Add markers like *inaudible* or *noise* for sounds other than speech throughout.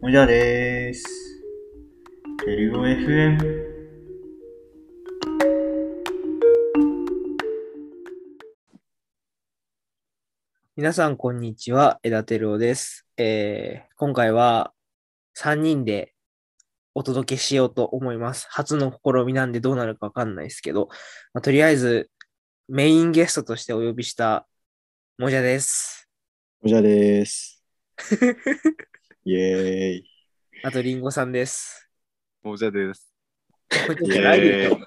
もじゃでーす。テルオ FM。皆さん、こんにちは。枝照夫です。えー今回は3人でお届けしようと思います。初の試みなんでどうなるかわかんないですけど、まあとりあえずメインゲストとしてお呼びしたもじゃです。おじゃ *laughs* です。イエーイ。あと、りんごさんです。もじゃです。これちょっイとエライーブイ。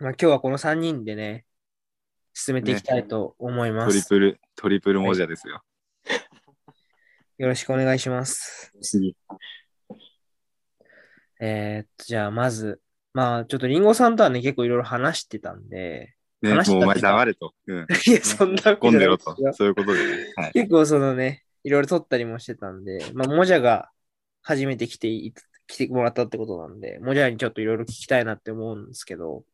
まあ、今日はこの3人でね、進めていきたいと思いまトリす。プル、トリプルもじゃですよ。よろしくお願いします。次。えーっと、じゃあ、まず、まあ、ちょっとりんごさんとはね、結構いろいろ話してたんで、ね、も話したうお前けど黙れと。うん。いや、そんなこと混んでろないとですよ。そういうことでね。はい。結構そのね、いろいろ撮ったりもしてたんで、まあ、もじゃが初めて来てい、来てもらったってことなんで、もじゃにちょっといろいろ聞きたいなって思うんですけど、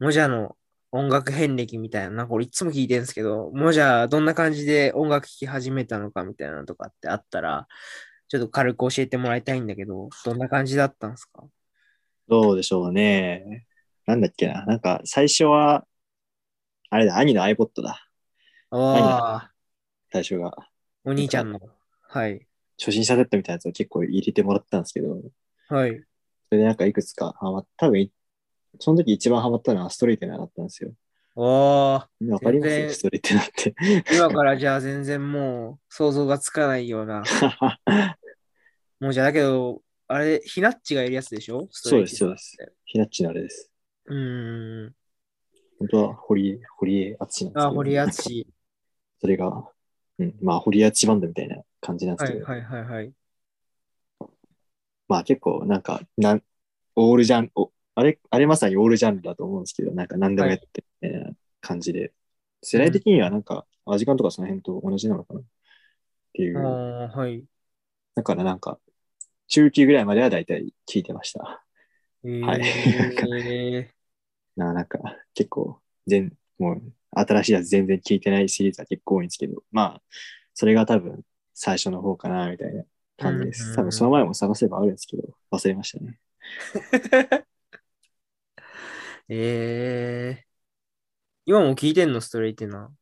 もじゃの音楽遍歴みたいな、なんか俺いつも聞いてるんですけど、もじゃどんな感じで音楽聴き始めたのかみたいなのとかってあったら、ちょっと軽く教えてもらいたいんだけど、どんな感じだったんですかどうでしょうね。なんだっけな。なんか最初は、あれだ、兄の iPod だ。ああ、最初が。お兄ちゃんの。はい。初心者セットみたいなやつを結構入れてもらったんですけど、はい。それでなんかいくつかハマった。多分い、その時一番ハマったのはストレートナーだったんですよ。おー。わかりま全然すストレートナーって。 *laughs* 今からじゃあ全然もう想像がつかないような。もうじゃあだけど、あれ、ひなっちがいるやつでしょそうです、そうで。すストレイキーズって。ひなっちのあれです。うーん。本当は堀江、堀江敦なんですけど。あ、堀敦。それが、うん、まあ、堀江敦バンドみたいな感じなんですはけどい、はいはいはい。まあ結構なんかなん、オールジャンル、おあれ、あれまさにオールジャンルだと思うんですけど、なんか何でもやってみたいな感じで、世代的にはなんか、アジカンとかその辺と同じなのかなっていう、あーはい。だからなんか、中級ぐらいまでは大体聞いてました。えーはいななんか、結構、全、もう、新しいやつ全然聞いてないシリーズは結構多いんですけど、まあ、それが多分最初の方かな、みたいな感じでうんうんうす。ん多分その前も探せばあるんですけど、忘れましたね。 *laughs* えー今も聞いてんのストレイテナ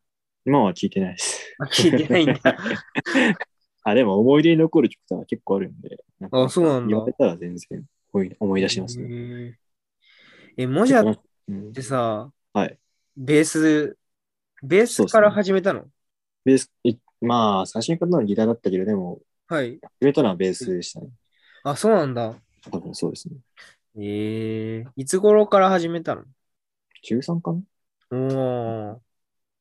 今は聞いてないです。ー。あ、聞いてない *laughs* んだ。あ、でも思い出に残る曲とか結構あるんで、なんかあ、そうなんだ言わ。れたら全然思い思い出しますえね。ーえ、もじゃっうんてさ、はいベース、ベースから始めたの、ベース、いまあ、最初に買ったのはギターだったけど、でも、はい。始めたのはベースでしたね。あ、そうなんだ。多分そうですね。ええいつ頃から始めたの13かなおー。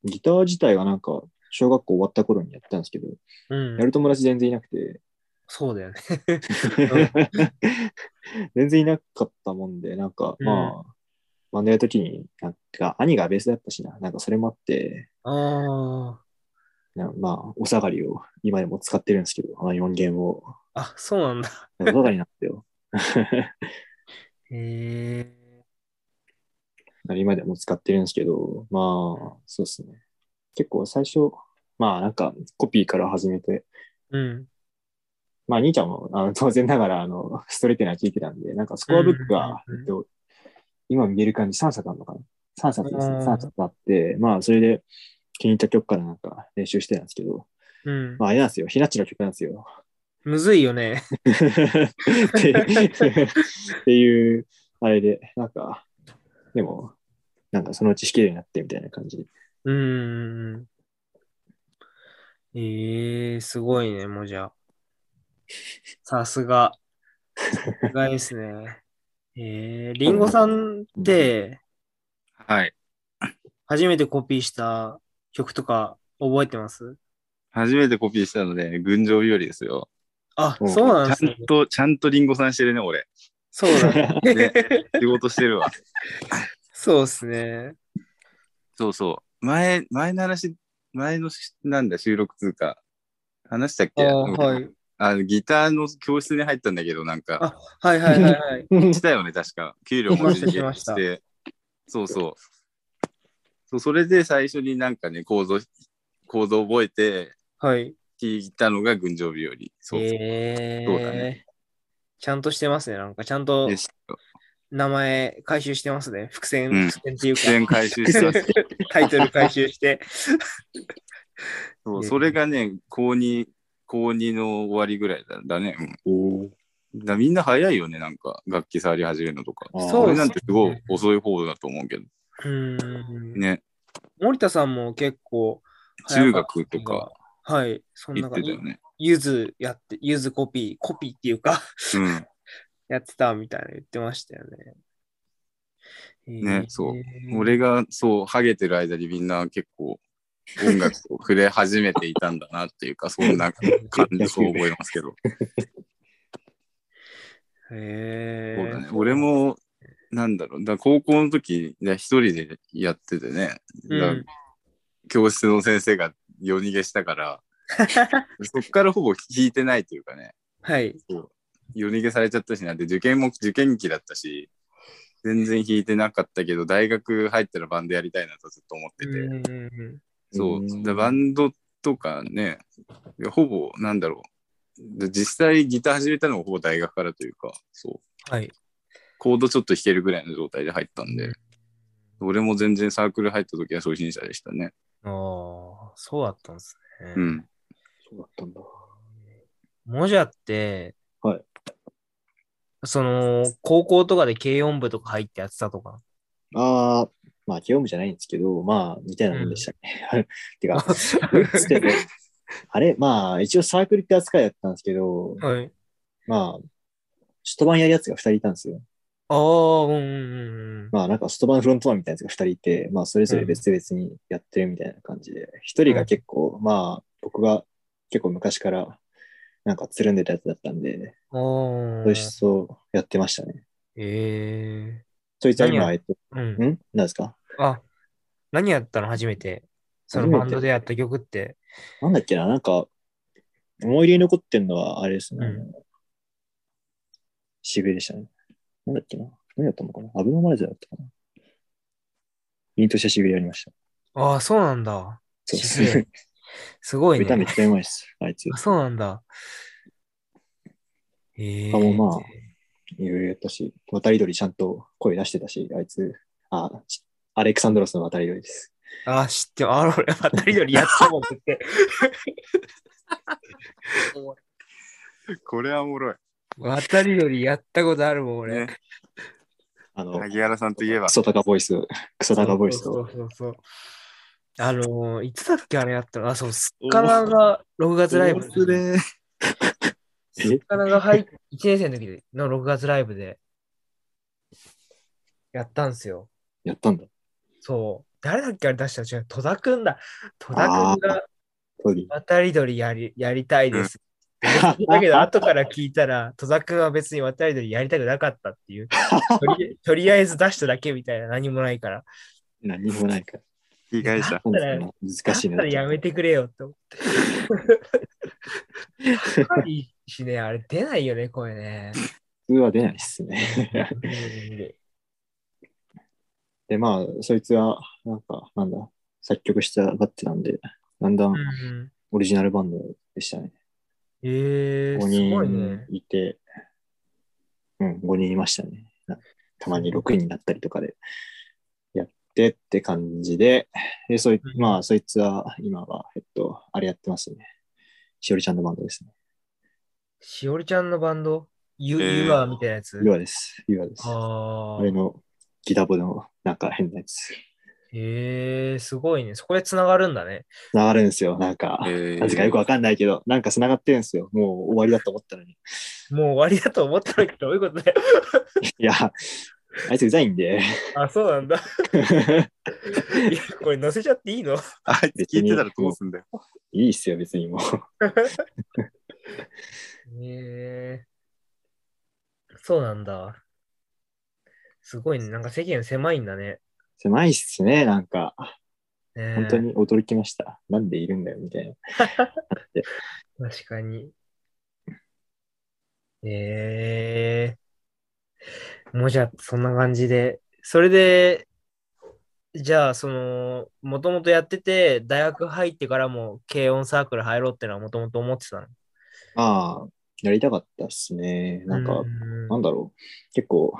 ギター自体はなんか、小学校終わった頃にやったんですけど、うんや。る友達全然いなくて、そうだよね。 *laughs* 全然いなかったもんで、なんか、うんまあ、バンドやるときに、なんか、兄がベースだったしな、なんかそれもあって、あなまあ、お下がりを今でも使ってるんですけど、あの4弦を。あ。あ、そうなんだ。お下がりなんですよ。 *laughs* ええ今でも使ってるんですけど、まあ、そうですね。結構最初、まあなんかコピーから始めて、うん。まあ兄ちゃんもあの当然ながらあの *laughs* ストレートな聞いてたんで、なんかスコアブックが、うんうんうんえっと、今見える感じ3冊あるのかな ?3 冊ですね。うん3冊あって、まあそれで気に入った曲からなんか練習してたんですけど、うん。まああれなんですよ。ひなっちの曲なんですよ。むずいよね。ってっていう、あれで、なんか、でも、なんかそのうち弾けるようになってみたいな感 *laughs* じで。うーん。ええすごいね、もうじゃ。さすが。さすがですね。ええりんごさんって、はい。初めてコピーした曲とか覚えてます初めてコピーしたので、群青日和ですよ。あ、うんそうなんですちゃね。んと、ちゃんとリンゴさんしてるね、俺。そう *laughs* だね。ね仕事して *laughs* るわ。そうですね。そうそう。前、前の話、前のし、なんだ、収録通過。話したっあけーはい。あの、ギターの教室に入ったんだけど、なんか。あ、はいはいはい *laughs* はい。したよね、確か。給料もしましたしましたて。そうそう。そうそれで最初になんかね、構造、構造覚えて、はい。聞いたのが群青日和。そうそう。えー、そうだねちゃんとしてますね。なんか、ちゃんとでしたよ。名前回収してますね。伏線、うん伏線っていうか、伏線回収して *laughs* ます。タイトル回収して。そうそれがね、高2、高2の終わりぐらいだだね。うんおーだみんな早いよね、なんか、楽器触り始めるのとか。あーそう俺ですねなんてすごい遅い方だと思うけど。うーん。ね、森田さんも結構、中学とか。はい。そん言なって感たじよ。ね。ゆずやって、ゆずコピー、コピーっていうか、うん。やってたみたいな言ってましたよね。ねえーそう。俺がそう、ハゲてる間にみんな結構音楽を触れ始めていたんだなっていうか、そんな感じ、そう覚えま *laughs* すけど。へそうーだね。俺、も、なんだろう、だから高校の時、ね一人でやっててね、だからうん教室の先生が夜逃げしたから、そっからほぼ弾いてないというかね、 *laughs* はい。夜逃げされちゃったしなで受験も受験期だったし、全然弾いてなかったけど、大学入ったらバンドやりたいなとずっと思ってて。うんうんうんそう。うんだバンドとかね、ほぼ、なんだろう。で実際ギター始めたのもほぼ大学からというか、そう。はい。コードちょっと弾けるぐらいの状態で入ったんで、俺も全然サークル入った時は初心者でしたね。ああ、そうだったんですね。うん。そうだったんだ。もじゃって、はい。その、高校とかで軽音部とか入ってやってたとか。ああ、まあ、興味じゃないんですけど、まあ、みたいなもんでしたね。 *laughs* てか、つってねあれまあ、一応サークルって扱いだったんですけど、はい。まあ、ストバンやるやつが2人いたんですよ。ああ、うんうんうん。まあ、なんかストバンフロントマンみたいなやつが2人いて、まあ、それぞれ別々にやってるみたいな感じで、1人が結構、まあ、僕が結構昔から、なんかつるんでたやつだったんで、あそうあい。つをやってましたね。えそいつは今、何えっと、えうん。ん何ですかあ、何やったの初めて。その初めてバンドでやった曲って。なんだっけななんか、思い出に残ってんのは、あれですね。うんしびれでしたね。なんだっけな何やったのかなアブノーマルズだったかなミートしたしびれやりました。ああ、そうなんだ。そうしびれすごい歌めっね。ちゃうまいです。あいつ。いあそうなんだ。ええ他もまあろいろやったし、渡り鳥ちゃんと声出してたし、あいつ。あ、ちアレクサンドロスの渡り鳥です。あ、知ってる、あ、俺、渡り鳥やったもんって。 *laughs* これはおもろい。渡り鳥やったことあるもん、俺。ね、あの、萩原さんといえばク、ソタカボイス、クソタカボイスそを。うそうそうそう。あのー、いつだっけあれやったのあ、そう、スッカラが6月ライブ。忘れスッカラが入っ1年生の時での6月ライブでやったんすよ。やったんだ。そう。誰だっけあれ出した違う。戸田くんだ。戸田くんがトリ渡り鳥やりやりたいです。うん *laughs* だけど、後から聞いたら、戸田くんは別に渡り鳥やりたくなかったっていう。と *laughs* りとりあえず出しただけみたいな、何もないから。 *laughs* 何もないから。被害者。なんだろうな難しいだなった。らやめてくれよって思って。高いしね、あれ出ないよね、声ね。普通は出ないですね。で、まあ、そいつは、なんか、なんだ、作曲したばってたんで、だんだんうんオリジナルバンドでしたね。えー、 5すごいね人。いて、うん、5人いましたね。なたまに6人だったりとかで、やってって感じで、で、そいうんまあ、そいつは、今は、えっと、あれやってますね。しおりちゃんのバンドですね。しおりちゃんのバンド、ユえーユアみたいなやつ。ゆあです。ゆあです。ああれーのギターボの、なんか変なやつ。えー、すごいね。そこでつながるんだね。流れるんですよ、なんか。えなぜかよくわかんないけど、なんか繋がってるんですよ。もう終わりだと思ったのに。もう終わりだと思ったらどういうことだよ。いや、あいつうざいんで。 *laughs* あ、そうなんだ。いや、これ載せちゃっていいのあいつ聞いてたらどうすんだよ。いいっすよ、別にもう。えー、そうなんだ。すごいね。なんか世間狭いんだね。狭いっすね、なんか。ねえ本当に驚きました。なんでいるんだよ、みたいな。確かに。ええもうじゃあ、そんな感じで。それで、じゃあ、その、もともとやってて、大学入ってからも軽音サークル入ろうってのはもともと思ってたの。まあ、やりたかったっすね。なんか、うんなんだろう。結構、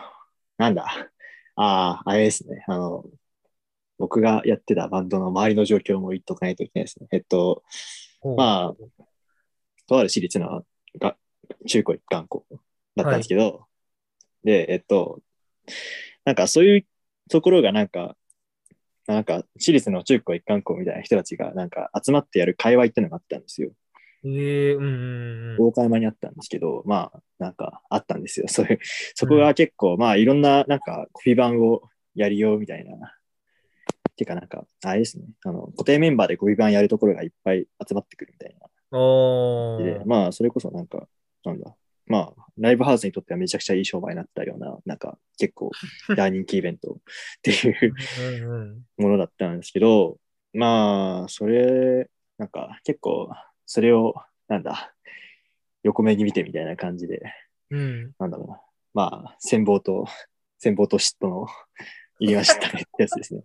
なんだ。ああ、あれですね。あの、僕がやってたバンドの周りの状況も言っとかないといけないですね。えっと、ほうまあ、とある私立のが中高一貫校だったんですけど、で、えっと、なんかそういうところがなんか、なんか私立の中高一貫校みたいな人たちがなんか集まってやる界隈ってのがあったんですよ。ええうんうんうん。大岡山にあったんですけど、まあ、なんかあったんですよ。 *laughs* そういう、そこが結構、まあ、いろんな、なんか、コピー版をやりようみたいな。てか、なんか、あれですね。あの、固定メンバーでコピー版やるところがいっぱい集まってくるみたいな。おでー、まあ、それこそなんか、なんだ、まあ、ライブハウスにとってはめちゃくちゃいい商売になったような、なんか、結構大人気イベント *laughs* っていううんうんものだったんですけど、まあ、それ、なんか、結構、それを、なんだ、横目に見てみたいな感じで、うん。うん。なんだろうな、まあ、戦望と、 *laughs* 戦望と嫉妬の言いましたねってやつですね。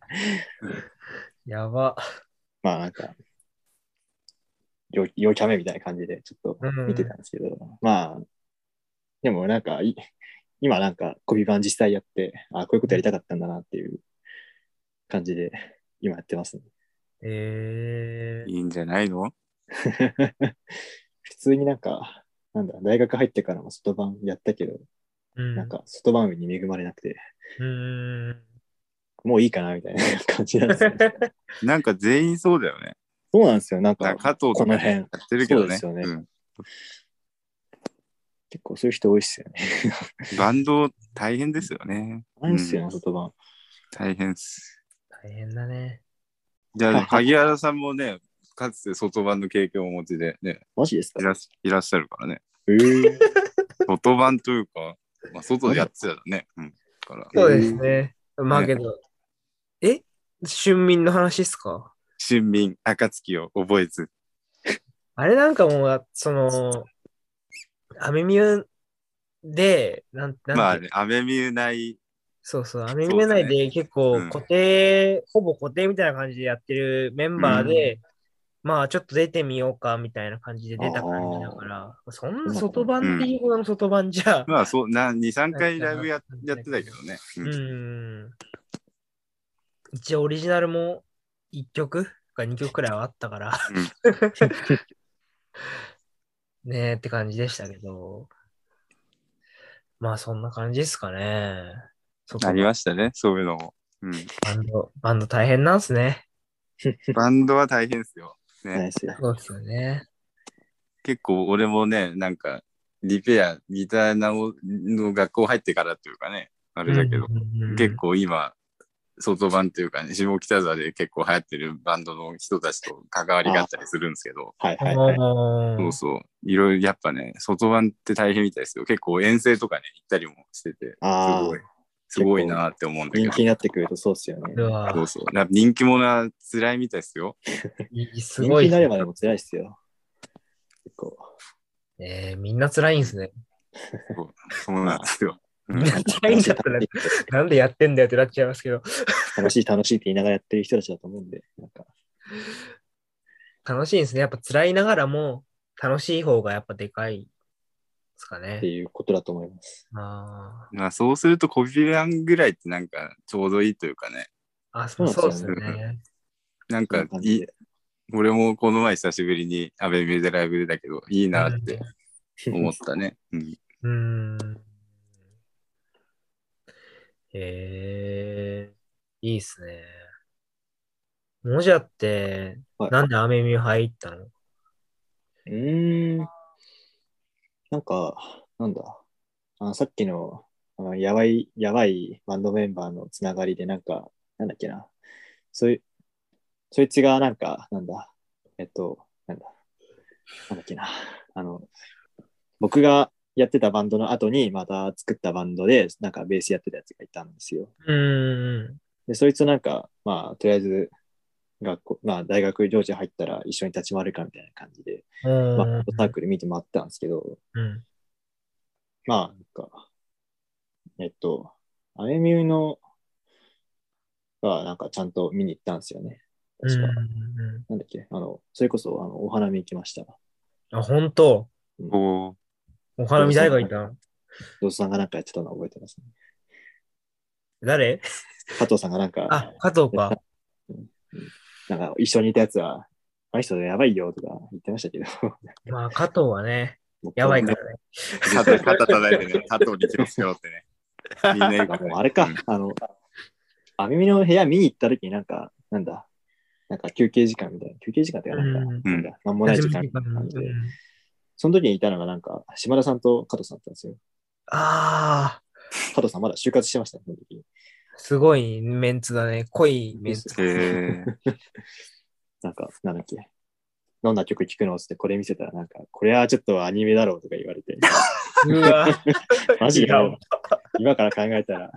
やば。まあ、なんか、よ、よキャメみたいな感じで、ちょっと、うん見てたんですけど、まあ、でもなんかい、今なんか、コビ版実際やって、あこういうことやりたかったんだなっていう感じで、今やってますね。 *laughs* ええいいんじゃないの普通になんか、なんだ、大学入ってからも外版やったけど、うん。なんか外番組に恵まれなくて、うんうんうん。もういいかなみたいな *laughs* 感じなんですよ。 *laughs* なんか全員そうだよね。そうなんですよ。なんなか、んか加藤とこかのや辺ってるけどね。そうですよん結構そういう人多いっすよね。バンド大変ですよね。多いっすよね、うん外番。大変っす。大変だね。じ *laughs* ゃあ、萩原さんもね、かつて外番の経験をお持ちでね、マジですいからっしいらっしゃるからね。え *laughs* ー、外番というか、まあ、外でやってたよね。うん。だから、 *laughs* そうですね。まあけど、え春民の話っすか春民、暁を覚えず。あれなんかもう、その、アメミュで、なん、なんてまあね、アメミュない、そうそう、アメミュ内で結構うん固定、ほぼ固定みたいな感じでやってるメンバーで、まあちょっと出てみようかみたいな感じで出た感じだから、そんな外番っていうほどの外番じゃ、まあそう、な2、3回ライブややってたけどね。ううんん。一応オリジナルも1曲か2曲くらいはあったから。 *laughs* ねえって感じでしたけど。まあそんな感じですかね。ありはましたね、そういうのも。うん、バンド、バンド大変なんすね。バンドは大変ですよ。ねないっすよ。そうですよね。結構俺もね、なんか、リペア、ギターなおの学校入ってからというかね、ああれだけど、結構。構今、外版というかね、下北沢で結構流行ってるバンドの人たちと関わりがあったりするんですけど、はいはいはい。そうあそう、いろいろやっぱね、外版って大変みたいですよ。結構遠征とかね、行ったりもしてて、すあごいあ、、すごいなって思うんだけ人ど気。になってくるとそうっすよね。ーうわそうそう。やっぱ人気者は辛いみたいですよ。いいす人気ごいになれね。ばでも辛いっすよ。結構。えーみんな辛いんすね。そうなんですよ。うんみんな辛いんだったら、なんでやってんだよってなっちゃいますけど、楽しい楽しいって言いながらやってる人たちだと思うんで、なんか、楽しいんですね。やっぱ辛いながらも、楽しい方がやっぱでかいですかってね。いうことだと思います。あまあそうするとコピーランぐらいってなんかちょうどいいというかね。ーあ、そうそうでですすよよねね。なんこんかな感いじいで、俺もこの前久しぶりにアベミューでライブ出たけど、いいなって思ったね。うん、うーん。へえいいっすね。もじゃって、はいなんでアメミュ入ったのうーん。なんか、なんだ。あさっきの、あのやばい、やばいバンドメンバーのつながりで、なんか、なんだっけな。そういう、そいつが、なんか、なんだ。えっと、なんだ。なんだっけな。あの、僕がやってたバンドの後に、また作ったバンドで、なんかベースやってたやつがいたんですよ。うーん。で、そいつなんか、まあ、とりあえず、学校、まあ、大学上司入ったら一緒に立ち回るかみたいな感じで、うーんまあ、サークル見て回ったんですけど、うん。まあ、なんか、えっと、アメミューの、が、なんかちゃんと見に行ったんですよね。うん確か。うなんだっけあの、それこそ、あの、お花見行きました。ん。あ、本当おーお花見誰がいたの伊藤さんがなんかやってたの覚えてます、ね。誰加藤さんがなんかあ、、加藤か。なんか一緒にいたやつは、あの人やばいよとか言ってましたけ *laughs* ど。まあ、加藤はね、やばいからね。肩肩叩いてね、肩を力をつけろってね。みんななん行かくねもうあれか、あの、アミミの部屋見に行った時になんか、なんだ、なんか休憩時間みたいな、休憩時間っていうかなんか、うんなんだ、なんもない時間みたいな感じで、その時にいたのがなんか、島田さんと加藤さんだったんですよ。ああ、加藤さんまだ就活してましたね、その時すごいメンツだね。濃いメンツ。へなんか、なんだっけ。どんな曲聴くのっつってこれ見せたらなんか、これはちょっとアニメだろうとか言われて、 *laughs* うわ。マジいでや今から考えたら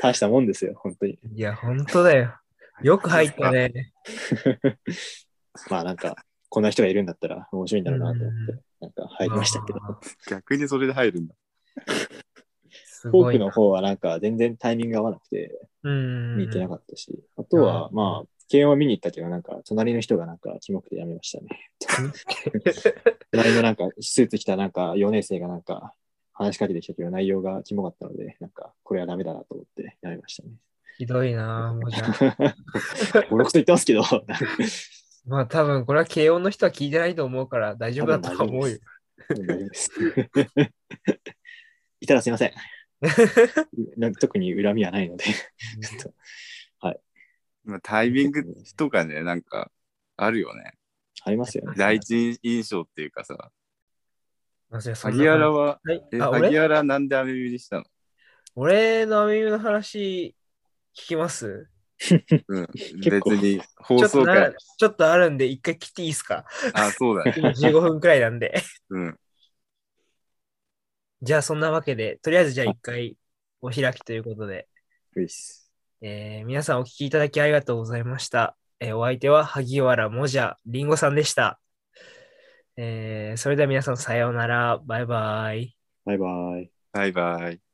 大したもんですよ、本当に。いや、本当だよ。よく入ったね。まあなんか、こんな人がいるんだったら面白いんだろうなと思うって、なんか入りましたけど。あーー逆にそれで入るんだ。フすォーごいクなの方はなんか全然タイミング合わなくて、うん。見てなかったし、あとはうんまあ、検温見に行ったけど、なんか隣の人がなんかキモくてやめましたね。隣のなんかスーツ着たなんか4年生がなんか話しかけてきたけど内容がキモかったので、なんかこれはダメだなと思ってやめましたね。ひどいな、もうじゃあ。ボロクソ言ってますけど、なんかまあ多分これは慶応の人は聞いてないと思うから大丈夫だとは思うよ。大丈夫です。いたらすいません。なんか特に恨みはないので。まあタイミングとかね、なんか、あるよね。ありますよね。第一印象っていうかさ、まあそりゃそんな萩原は、はいえ、あ萩俺原なんで雨入りしたの俺のアミュの話聞きますうん、結別構にち放ょっと送な回。ちょっとあるんで一回来ていいですかあ、そうだね。今15分くらいなんで。 *laughs* うん。じゃあそんなわけで、とりあえずじゃあ一回お開きということで、ういっすえー皆さんお聞きいただきありがとうございました。えーお相手は萩原もじゃりんごさんでした。えーそれでは皆さんさようなら。バイバイ。バイバイ。バイバイ。